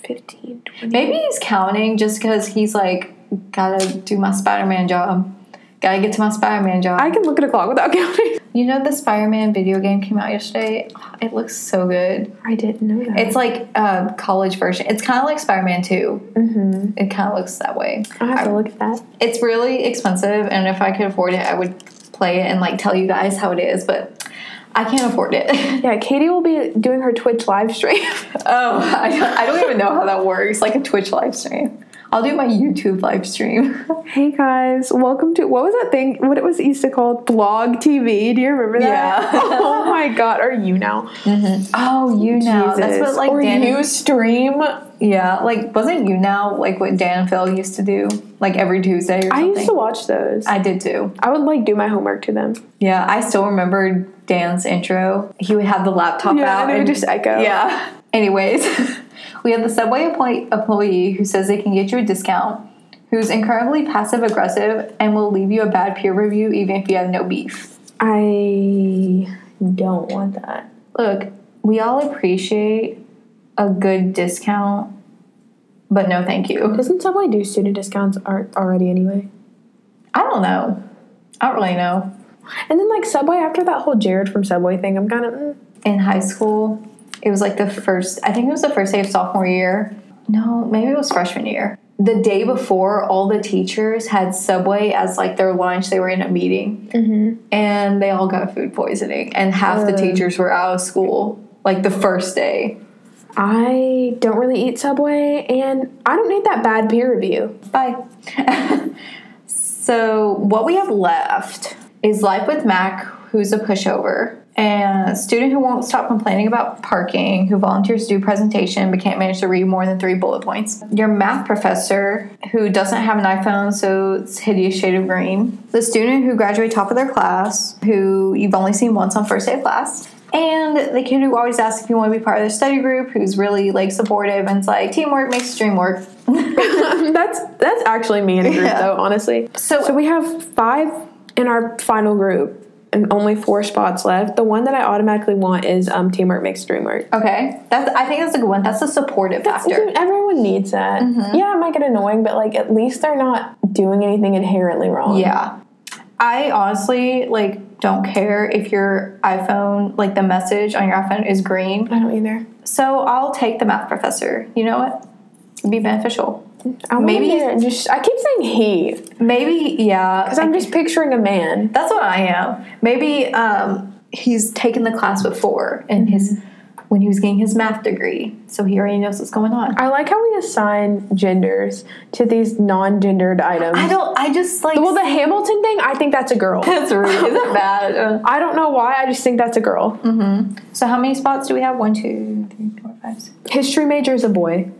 15, 20. Maybe he's counting just because he's like, gotta do my Spider Man job. Gotta get to my Spider Man job. I can look at a clock without counting. you know, the Spider Man video game came out yesterday. It looks so good. I didn't know that. It's like a college version. It's kind of like Spider Man 2. mm-hmm. It kind of looks that way. I have to look at that. It's really expensive, and if I could afford it, I would play it and like tell you guys how it is, but I can't afford it. Yeah, Katie will be doing her Twitch live stream. oh, I don't, I don't even know how that works like a Twitch live stream. I'll do my YouTube live stream. hey guys, welcome to what was that thing? What it was Issa called? Blog TV. Do you remember that? Yeah. oh my god, are you now? Oh, you now. That's what like or Dan. you stream. yeah, like wasn't you now like what Dan and Phil used to do like every Tuesday or something? I used to watch those. I, I did too. would like do my homework to them. Yeah, I still remember Dan's intro. He would have the laptop Yeah, out and it would just echo. yeah. Anyways, we have the Subway employ- employee who says they can get you a discount, who's incredibly passive aggressive and will leave you a bad peer review even if you have no beef. I don't want that. Look, we all appreciate a good discount, but no, thank you. Doesn't Subway do student discounts ar- already anyway? I don't know. I don't really know. And then like Subway after that whole Jared from Subway thing, I'm kind of mm, In high school, it was like the first, I think it was the first day of sophomore year. No, maybe it was freshman year. The day before, all the teachers had Subway as like their lunch. They were in a meeting and they all got food poisoning, and half the Ugh. teachers were out of school like the first day. I don't really eat Subway, and I don't need that bad peer review. Bye. so, what we have left is Life with Mac, who's a pushover, and a student who won't stop complaining about parking, who volunteers to do presentation but can't manage to read more than three bullet points. Your math professor, who doesn't have an iPhone, so it's hideous shade of green. The student who graduated top of their class, who you've only seen once on first day of class. And the kid who always asks if you want to be part of their study group, who's really like supportive and's like, teamwork makes the dream work. that's that's actually me in a group Yeah. though, honestly. So- we have five in our final group, and only four spots left. The one that I automatically want is um, teamwork makes the dream work. Okay, that's I think that's a good one. That's the supportive factor. Dude, everyone needs that. Mm-hmm. Yeah, it might get annoying, but like at least they're not doing anything inherently wrong. Yeah, I honestly like don't care if your iPhone like the message on your iPhone is green. I don't either. So I'll take the math professor. You know what? It'd be beneficial. I Maybe- maybe just I keep saying he because Maybe yeah. I'm just picturing a man. That's what I am. Maybe um, he's taken the class before and his when he was getting his math degree, so he already knows what's going on. I like how we assign genders to these non-gendered items. I don't. I just like. well, the Hamilton thing, I think that's a girl. that's rude. Is that bad? Uh, I don't know why. I just think that's a girl. So how many spots do we have? One, two, three, four, five, six. History major is a boy.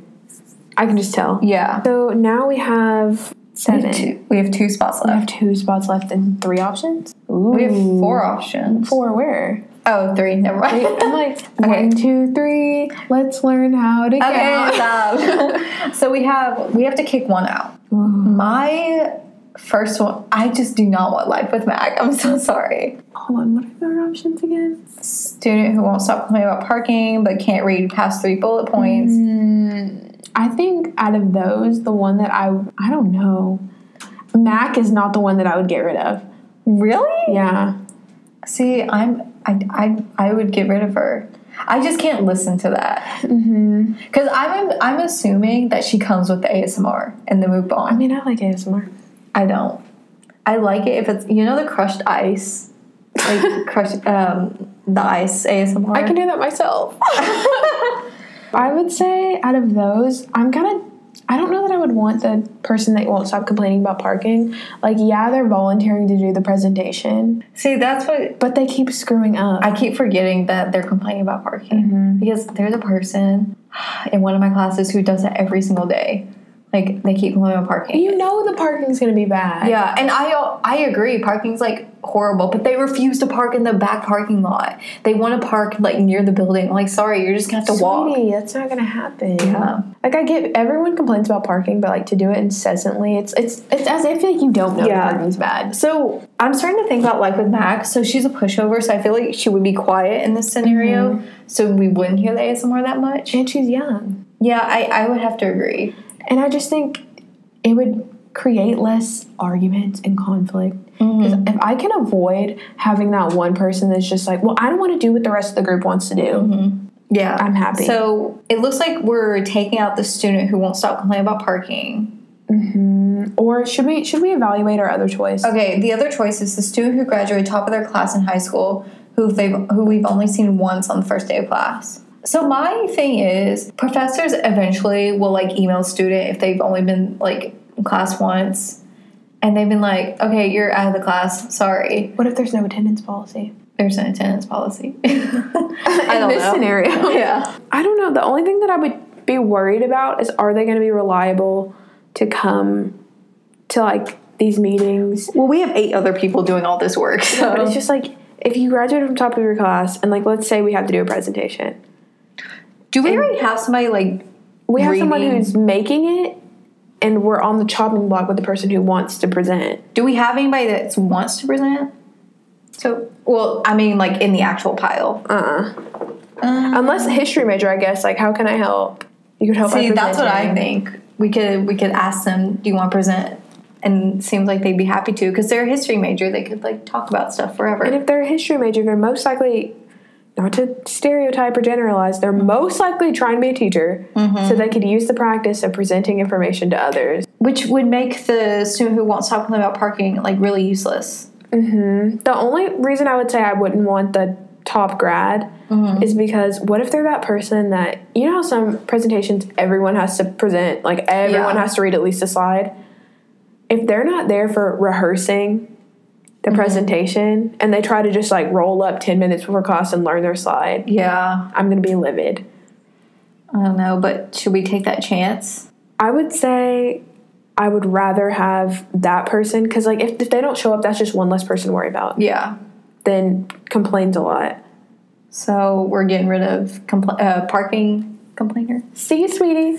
I can just tell. Yeah. So now we have seven. We We have two spots have left. two spots left and three options. Ooh. We have four options. Four where? Oh, three. Never mind. I'm like Okay. one, two, three. Let's learn how to Okay. count. stop. so we have we have to kick one out. My first one. I just do not want life with Mac. I'm so sorry. Hold on. What are our options again? Student who won't stop complaining about parking but can't read past three bullet points. Mm. I think out of those, the one that I I don't know. Mac is not the one that I would get rid of. Really? Yeah. See, I'm. I, I I would get rid of her. I just can't listen to that Mm-hmm. because I'm I'm assuming that she comes with the ASMR and the move on. I mean, I like ASMR. I don't. I like it if it's you know the crushed ice, like crushed um, the ice ASMR. I can do that myself. I would say out of those, I'm kind of. I don't know that I would want the person that won't stop complaining about parking. Like, yeah, they're volunteering to do the presentation, see that's what but they keep screwing up. I keep forgetting that they're complaining about Mm-hmm. parking because there's a person in one of my classes who does it every single day. Like they keep going on parking. You know the parking's gonna be bad. Yeah, and I I agree. Parking's like horrible, but they refuse to park in the back parking lot. They want to park like near the building. Like, sorry, you're just gonna have to walk. Sweetie, that's not gonna happen. Yeah. Like I get everyone complains about parking, but like to do it incessantly, it's it's it's as if like you don't know Yeah. the parking's bad. So I'm starting to think about life with Max. So she's a pushover, so I feel like she would be quiet in this scenario. So we wouldn't hear the ASMR that much. And she's young. Yeah, I, I would have to agree. And I just think it would create less arguments and conflict. Mm-hmm. 'Cause If I can avoid having that one person that's just like, well, I don't want to do what the rest of the group wants to do, Yeah. I'm happy. Mm-hmm. So it looks like we're taking out the student who won't stop complaining about parking. or should we should we evaluate our other choice? Okay, the other choice is the student who graduated top of their class in high school, who they've who we've only seen once on the first day of class. So my thing is, professors eventually will like email student if they've only been like in class once, and they've been like, okay, you're out of the class. Sorry, What if there's no attendance policy? there's an attendance policy. I In don't this know. scenario. Yeah. I don't know. The only thing that I would be worried about is are they going to be reliable to come to like these meetings? Well, we have eight other people doing all this work. So. But it's just like if you graduate from top of your class and like let's say we have to do a presentation. Do we already have somebody like? We have someone Reading. who's making it and we're on the chopping block with the person who wants to present. Do we have anybody that wants to present? So, well, I mean, like in the actual pile. Uh-uh. Unless a history major, I guess, like how can I help? You could help by See, that's what I presenting. think. We could we could ask them, "Do you want to present?" And it seems like they'd be happy to because they're a history major. They could like talk about stuff And forever. if they're a history major, they're most likely, not to stereotype or generalize, they're most likely trying to be a teacher so Mm-hmm. they could use the practice of presenting information to others. Which would make the student who wants to talk about parking like really useless. The only reason I would say I wouldn't want the top grad Mm-hmm. is because what if they're that person that, you know, how some presentations everyone has to present, like everyone Yeah. has to read at least a slide? If they're not there for rehearsing, Mm-hmm. the presentation, and they try to just like roll up 10 minutes before class and learn their slide. Yeah, I'm gonna be livid. I don't know, but should we take that chance? I would say I would rather have that person because, like, if, if they don't show up, that's just one less person to worry about. Yeah. Then complains a lot. So we're getting rid of compl- uh, parking complainer. See you, sweetie.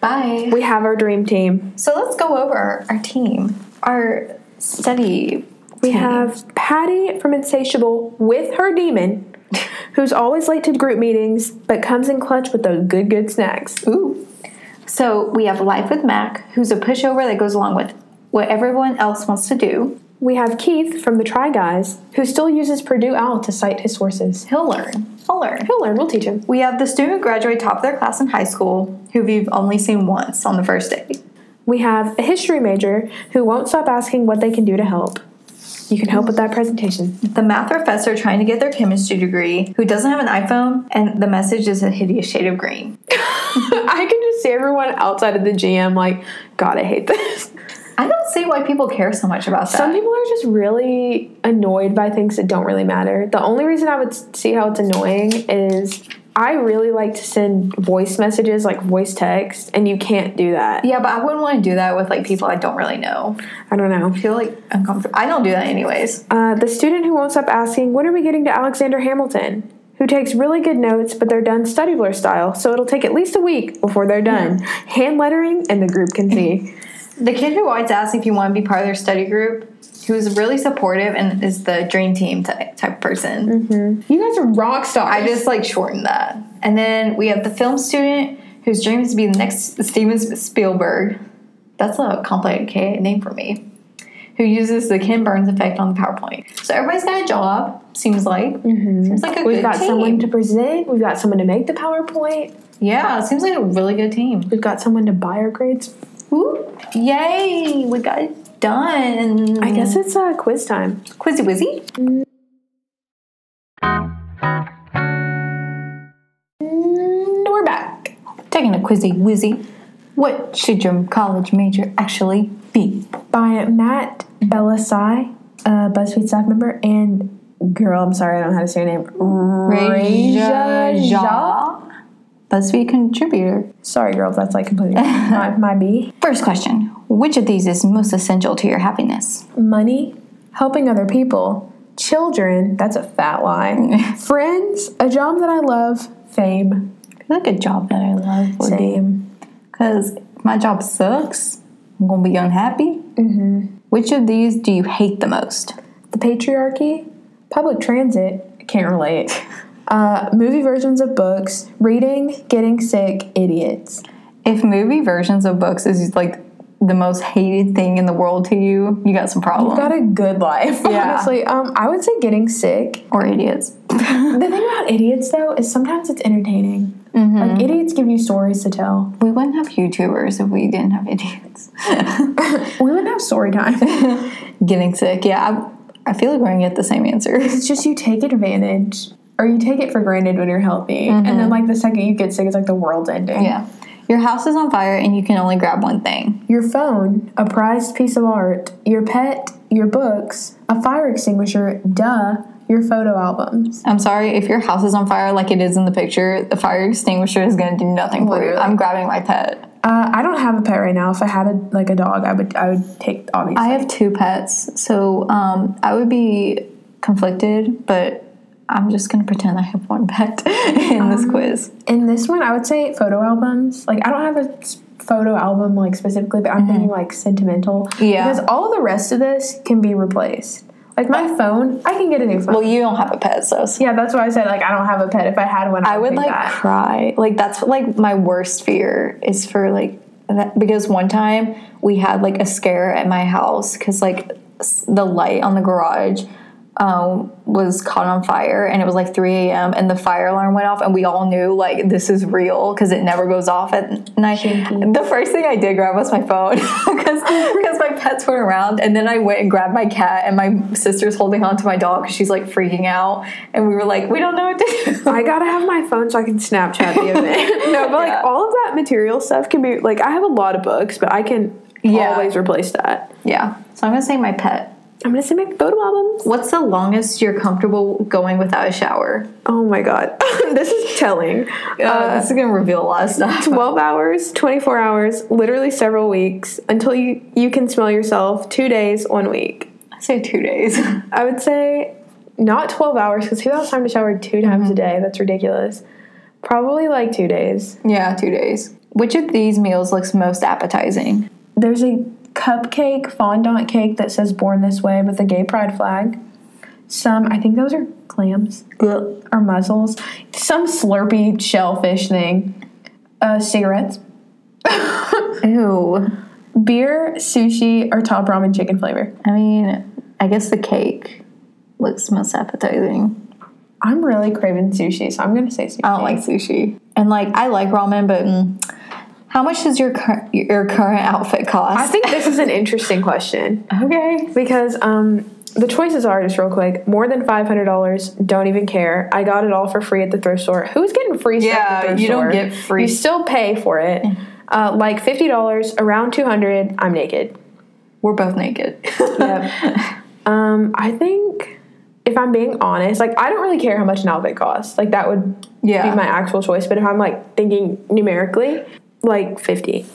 Bye. We have our dream team. So let's go over our, our team, our study. We have Patty from Insatiable with her demon, who's always late to group meetings but comes in clutch with those good, good snacks. Ooh. So we have Life with Mac, who's a pushover that goes along with what everyone else wants to do. We have Keith from the Try Guys, who still uses Purdue Owl to cite his sources. He'll learn. He'll learn. He'll learn, we'll teach him. We have the student who graduated top of their class in high school, who we've only seen once on the first day. We have a history major who won't stop asking what they can do to help. You can help with that presentation. The math professor trying to get their chemistry degree, who doesn't have an iPhone, and the message is a hideous shade of green. I can just see everyone outside of the GM like, God, I hate this. I don't see why people care so much about that. Some people are just really annoyed by things that don't really matter. The only reason I would s- see how it's annoying is I really like to send voice messages, like voice text, and you can't do that. yeah, but I wouldn't want to do that with like people I don't really know. I don't know. I feel like uncomfortable. I don't do that anyways. Uh, the student who won't stop asking, when are we getting to Alexander Hamilton? Who takes really good notes, but they're done study blur style, so it'll take at least a week before they're done. Hand lettering, and the group can see. The kid who always asks if you want to be part of their study group, who's really supportive and is the dream team type, type person. you guys are rock stars. I just like shortened that. And then we have the film student whose dream is to be the next Steven Spielberg. That's a complicated name for me. Who uses the Ken Burns effect on the PowerPoint. So everybody's got a job, seems like. Seems like a Mm-hmm. We've good got team. someone to present. We've got someone to make the PowerPoint. yeah, seems like a really good team. We've got someone to buy our grades. Woo. Yay, we got it done. I guess it's uh, quiz time. Quizzy Wizzy. And we're back. Taking a quizzy wizzy. What should your college major actually be? By Matt Belisai, a BuzzFeed staff member, and girl, I'm sorry, I don't know how to say your name. Raja Raja. BuzzFeed contributor. Sorry, girls, that's like completely my, my B. First question Which of these is most essential to your happiness? Money, helping other people, children, that's a fat lie, friends, a job that I love, fame, I feel like a job that I love would be. same. Because my job sucks. I'm going to be unhappy. Mm-hmm. Which of these do you hate the most? The patriarchy, public transit, I can't relate. Uh, movie versions of books, reading, getting sick, idiots. If movie versions of books is like the most hated thing in the world to you, you got some I've problems. got a good life, Yeah. honestly. Um, I would say getting sick. or idiots. The thing about idiots, though, is sometimes it's entertaining. Mm-hmm. Like, idiots give you stories to tell. We wouldn't have YouTubers if we didn't have idiots. We wouldn't have story time. Getting sick. Yeah, I, I feel like we're going to get the same answer. it's just you take advantage or you take it for granted when you're healthy. And then, like, the second you get sick, it's like the world's ending. Mm-hmm. yeah. Your house is on fire and you can only grab one thing. Your phone, a prized piece of art, your pet, your books, a fire extinguisher, duh, your photo albums. I'm sorry, if your house is on fire like it is in the picture, the fire extinguisher is going to do nothing for you. Literally. I'm grabbing my pet. Uh, I don't have a pet right now. If I had a, like a dog, I would I would take obviously. I have two pets, so um, I would be conflicted, but I'm just going to pretend I have one pet in this quiz. In this one, I would say photo albums. Like I don't have a s- photo album like specifically, but I'm thinking like sentimental. Yeah. Because all the rest of this can be replaced. Like my phone, I can get a new phone. Well, you don't have a pet, so. yeah, that's why I said like I don't have a pet. If I had one, I, I would do like that. cry. Like that's like my worst fear is for like that because one time we had like a scare at my house because like s- the light on the garage um, was caught on fire and it was like 3 a.m. and the fire alarm went off and we all knew like this is real because it never goes off at night. Shaky. Oh, The first thing I did grab was my phone because because my pets weren't around and then I went and grabbed my cat and my sister's holding on to my dog because she's like freaking out and we were like we don't know what to do. I gotta have my phone so I can Snapchat the event. no, but like Yeah. all of that material stuff can be like I have a lot of books, but I can Yeah. always replace that. Yeah. So I'm gonna say my pet. I'm gonna say my photo albums. What's the longest you're comfortable going without a shower? Uh, Oh my god, this is telling. this is gonna reveal a lot of stuff. 12 hours, 24 hours, literally several weeks until you, you can smell yourself, two days, one week. I say two days. I would say not 12 hours because who has time to shower two times a day? That's ridiculous. Probably like two days. yeah, two days. Which of these meals looks most appetizing? There's a cupcake, fondant cake that says born this way with a gay pride flag. Some, I think those are clams or mussels. Some slurpy shellfish thing. Uh, cigarettes, Ew. beer, sushi, or top ramen chicken flavor. I mean, I guess the cake looks most appetizing. I'm really craving sushi, so I'm gonna say sushi. I don't like sushi, and like I like ramen, but mm, how much does your cur- your current outfit cost? I think this is an interesting question okay. because um, the choices are just real quick: more than five hundred dollars. Don't even care. I got it all for free at the thrift store. Who's getting free stuff? at the Yeah, thrift you don't store? get free- You still pay for it. Uh, like fifty dollars, around two hundred. I'm naked. We're both naked. Um, I think if I'm being honest, like I don't really care how much an outfit costs. Like that would Yeah. be my actual choice. But if I'm like thinking numerically, like fifty.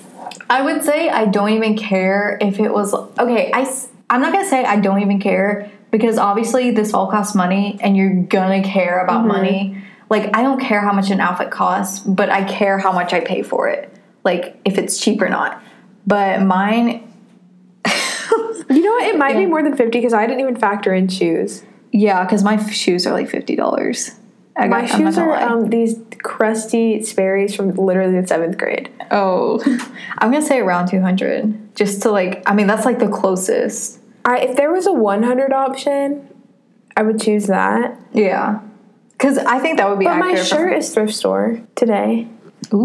I would say I don't even care if it was okay. I s- I'm not gonna say I don't even care because obviously this all costs money, and you're gonna care about Mm-hmm. money. Like I don't care how much an outfit costs, but I care how much I pay for it. Like if it's cheap or not. But mine, You know what? It might be more than fifty because I didn't even factor in shoes. yeah, because my f- shoes are like fifty dollars. My shoes are um, these crusty Sperry's from literally the seventh grade. oh, I'm gonna say around two hundred, just to like. I mean, that's like the closest. I, if there was a 100 option, I would choose that. Yeah, because I think that would be. But my accurate for- shirt is thrift store today Ooh.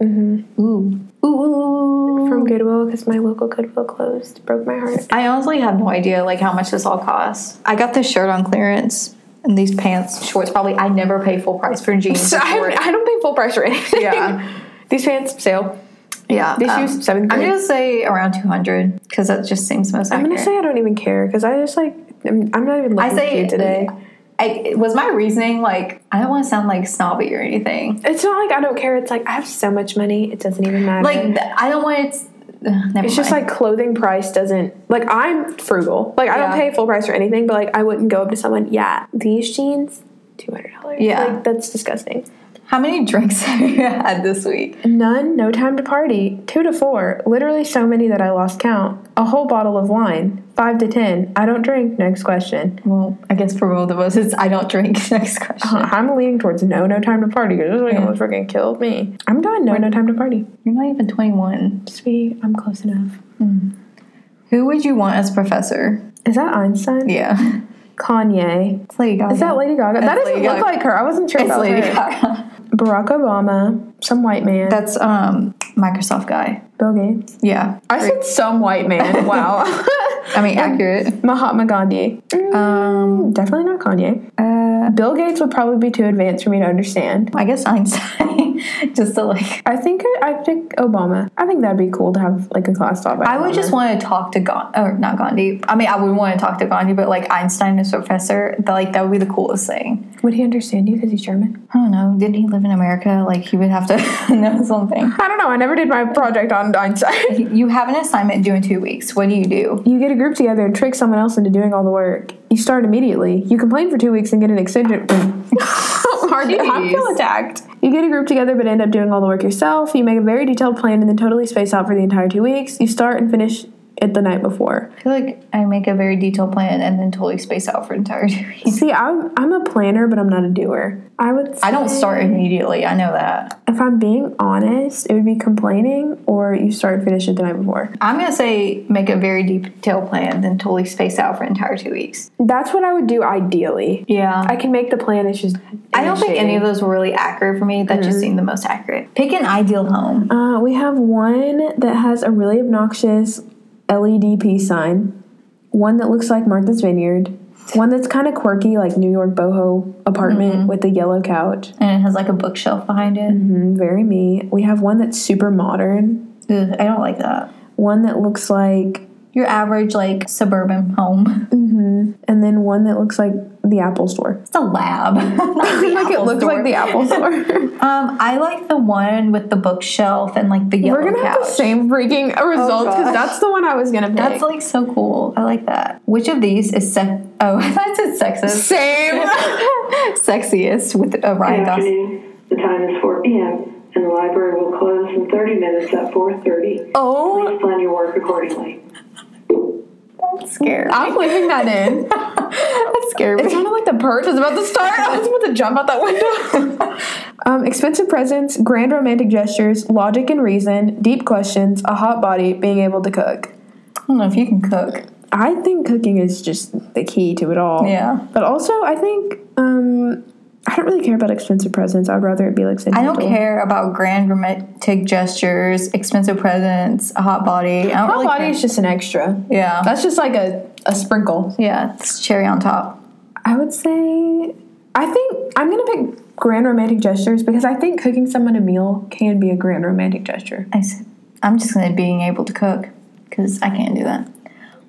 Ooh. Mm-hmm. Ooh. from Goodwill because my local Goodwill closed. Broke my heart. I honestly have no idea like how much this all costs. I got this shirt on clearance and these pants, shorts. Probably I never pay full price for jeans. So and I, shorts. I don't pay full price for anything. Yeah. These pants sale. yeah. These um, shoes seventh I'm grade. gonna say around two hundred because that just seems most I'm accurate. gonna say I don't even care because I just like I'm, I'm not even looking I say cute today. I was my reasoning like I don't want to sound like snobby or anything. It's not like I don't care. It's like I have so much money. It doesn't even matter. Like th- I don't want it. Ugh, never it's just mind. like clothing price doesn't like I'm frugal. Like I don't Yeah. pay full price for anything, but like I wouldn't go up to someone. Yeah, these jeans, two hundred dollars. Yeah. like, that's disgusting. how many drinks have you had this week? None, no time to party. Two to four, literally so many that I lost count. A whole bottle of wine. Five to ten. I don't drink. Next question. Well, I guess for both of us, it's I don't drink. Next question. Uh, I'm leaning towards no, no time to party. 'cause This like almost freaking killed me. I'm done. No, no time to party. You're not even 21. Sweet, I'm close enough. Who would you want as professor? Is that Einstein? Yeah, Kanye. it's Lady Gaga. Is that Lady Gaga? that doesn't Lady look Gaga. like her. I wasn't sure It's about Lady her. Gaga. Barack Obama, some white man, That's um Microsoft guy. Bill Gates. Yeah, I said some white man. Wow. I mean accurate. Mahatma Gandhi. Mm, Um, Definitely not Kanye. uh, Bill Gates would probably be too advanced for me to understand. I guess Einstein. Just to like, I think I, I pick Obama. I think that'd be cool to have like a class thought. I would just want to talk to Gandhi, or not Gandhi. I mean, I would want to talk to Gandhi, but like Einstein as professor, that like that would be the coolest thing. Would he understand you because he's German? I don't know. Didn't he live in America? Like he would have to know something. I don't know. I never did my project on Einstein. You have an assignment due in two weeks. What do you do? you get a group together and trick someone else into doing all the work. You start immediately. You complain for two weeks and get an extension. Hard I feel Jeez. attacked. You get a group together but end up doing all the work yourself. You make a very detailed plan and then totally space out for the entire two weeks. You start and finish it the night before. I feel like I make a very detailed plan and then totally space out for entire two weeks. See, I'm, I'm a planner, but I'm not a doer. I would. I don't say start immediately. I know that. If I'm being honest, it would be complaining or you start and finish it the night before. I'm gonna say make a very detailed plan, then totally space out for entire two weeks. That's what I would do ideally. Yeah. I can make the plan. It's just. I don't think any of those were really accurate for me. That Mm-hmm. just seemed the most accurate. Pick an ideal home. Uh, we have one that has a really obnoxious LED peace sign, one that looks like Martha's Vineyard, one that's kind of quirky, like New York boho apartment with a yellow couch. And it has like a bookshelf behind it. Mm, very me. We have one that's super modern, Ugh, I don't like that. one that looks like, Your average like suburban home. and then one that looks like the Apple Store. It's a lab. like like it looks like the Apple Store. Um, I like the one with the bookshelf and like the yellow We're gonna couch. have the same freaking results because gosh. Oh, that's the one I was gonna pick. That's like so cool. I like that. Which of these is sex? Oh, that's it. Sexist. same. Sexiest with uh, Ryan Gosling. Good afternoon. The time is 4 p.m. and the library will close in 30 minutes at 4:30. Oh, Please plan your work accordingly. That's scary. I'm leaving that in. That's scary. It sounded like the purge was about to start. I was about to jump out that window. um, expensive presents, grand romantic gestures, logic and reason, deep questions, a hot body, being able to cook. I don't know if you can cook. I think cooking is just the key to it all. Yeah. But also, I think um, I don't really care about expensive presents. I'd rather it be like I don't care about grand romantic gestures, expensive presents, a hot body. I don't Hot really body care. is just an extra. Yeah. That's just like a, a sprinkle. yeah, it's cherry on top. I would say. I think I'm gonna pick grand romantic gestures because I think cooking someone a meal can be a grand romantic gesture. I said, I'm just going to being able to cook because I can't do that.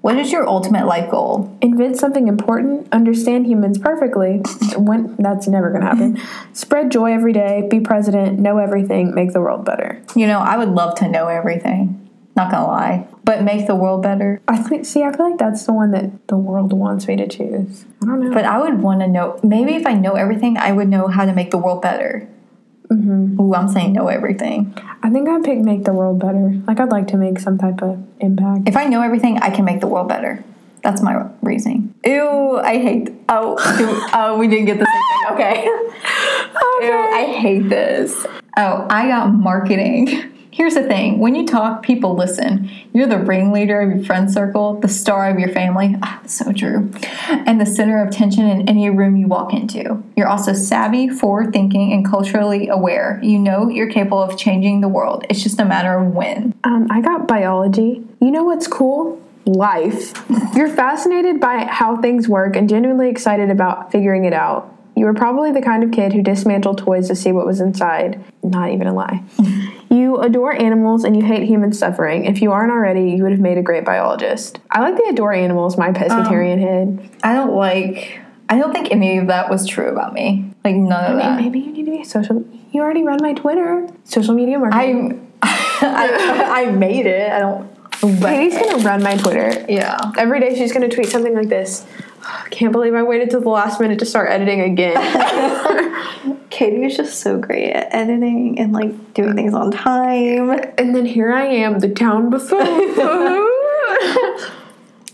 What is your ultimate life goal? invent something important, understand humans perfectly. When that's never gonna happen. Spread joy every day. Be president. Know everything. Make the world better. You know, I would love to know everything. Not going to lie. But make the world better. I think. See, I feel like that's the one that the world wants me to choose. I don't know. But I would want to know, maybe if I know everything, I would know how to make the world better. Mm-hmm. Ooh, I'm saying know everything. I think I'd pick make the world better. Like I'd like to make some type of impact. If I know everything, I can make the world better. That's my reasoning. Ew, I hate. Oh, do- oh, we didn't get the same thing. Okay. Ew, I hate this. Oh, I got marketing. Here's the thing: when you talk, people listen. You're the ringleader of your friend circle, the star of your family. Ah, so true. And the center of tension in any room you walk into. You're also savvy, forward-thinking, and culturally aware. You know you're capable of changing the world. It's just a matter of when. Um, I got biology. You know what's cool? Life. You're fascinated by how things work and genuinely excited about figuring it out. You were probably the kind of kid who dismantled toys to see what was inside. Not even a lie. You adore animals and you hate human suffering. If you aren't already, you would Um, have made a great biologist. I like the adore animals, my pescatarian head. I don't like I don't think any of that was true about me. Like none of Hey, that. maybe you need to be a social. You already run my Twitter, social media marketing. I, I I made it. I don't. But Katie's gonna run my Twitter. yeah. Every day she's gonna tweet something like this. Can't believe I waited till the last minute to start editing again. Katie is just so great at editing and like doing things on time. and then here I am, the town buffoon.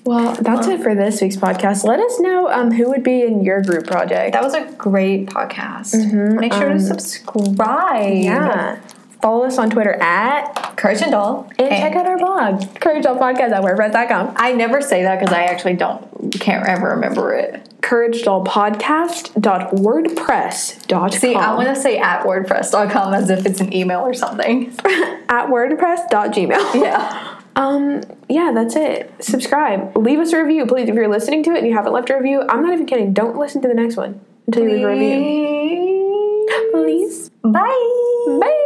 well, that's it for this week's podcast. Let us know um, who would be in your group project. That was a great podcast. Make sure to subscribe. yeah. Follow us on Twitter at Courage and Doll. and check out our blog, couragedollpodcast.wordpress.com. I never say that because I actually don't can't ever remember it. couragedollpodcast.wordpress.com. See, I want to say at wordpress.com as if it's an email or something. at wordpress.gmail. Yeah. Um, yeah, that's it. Subscribe. Leave us a review, please. If you're listening to it and you haven't left a review, I'm not even kidding. Don't listen to the next one until you leave a review. Please. Bye. Bye.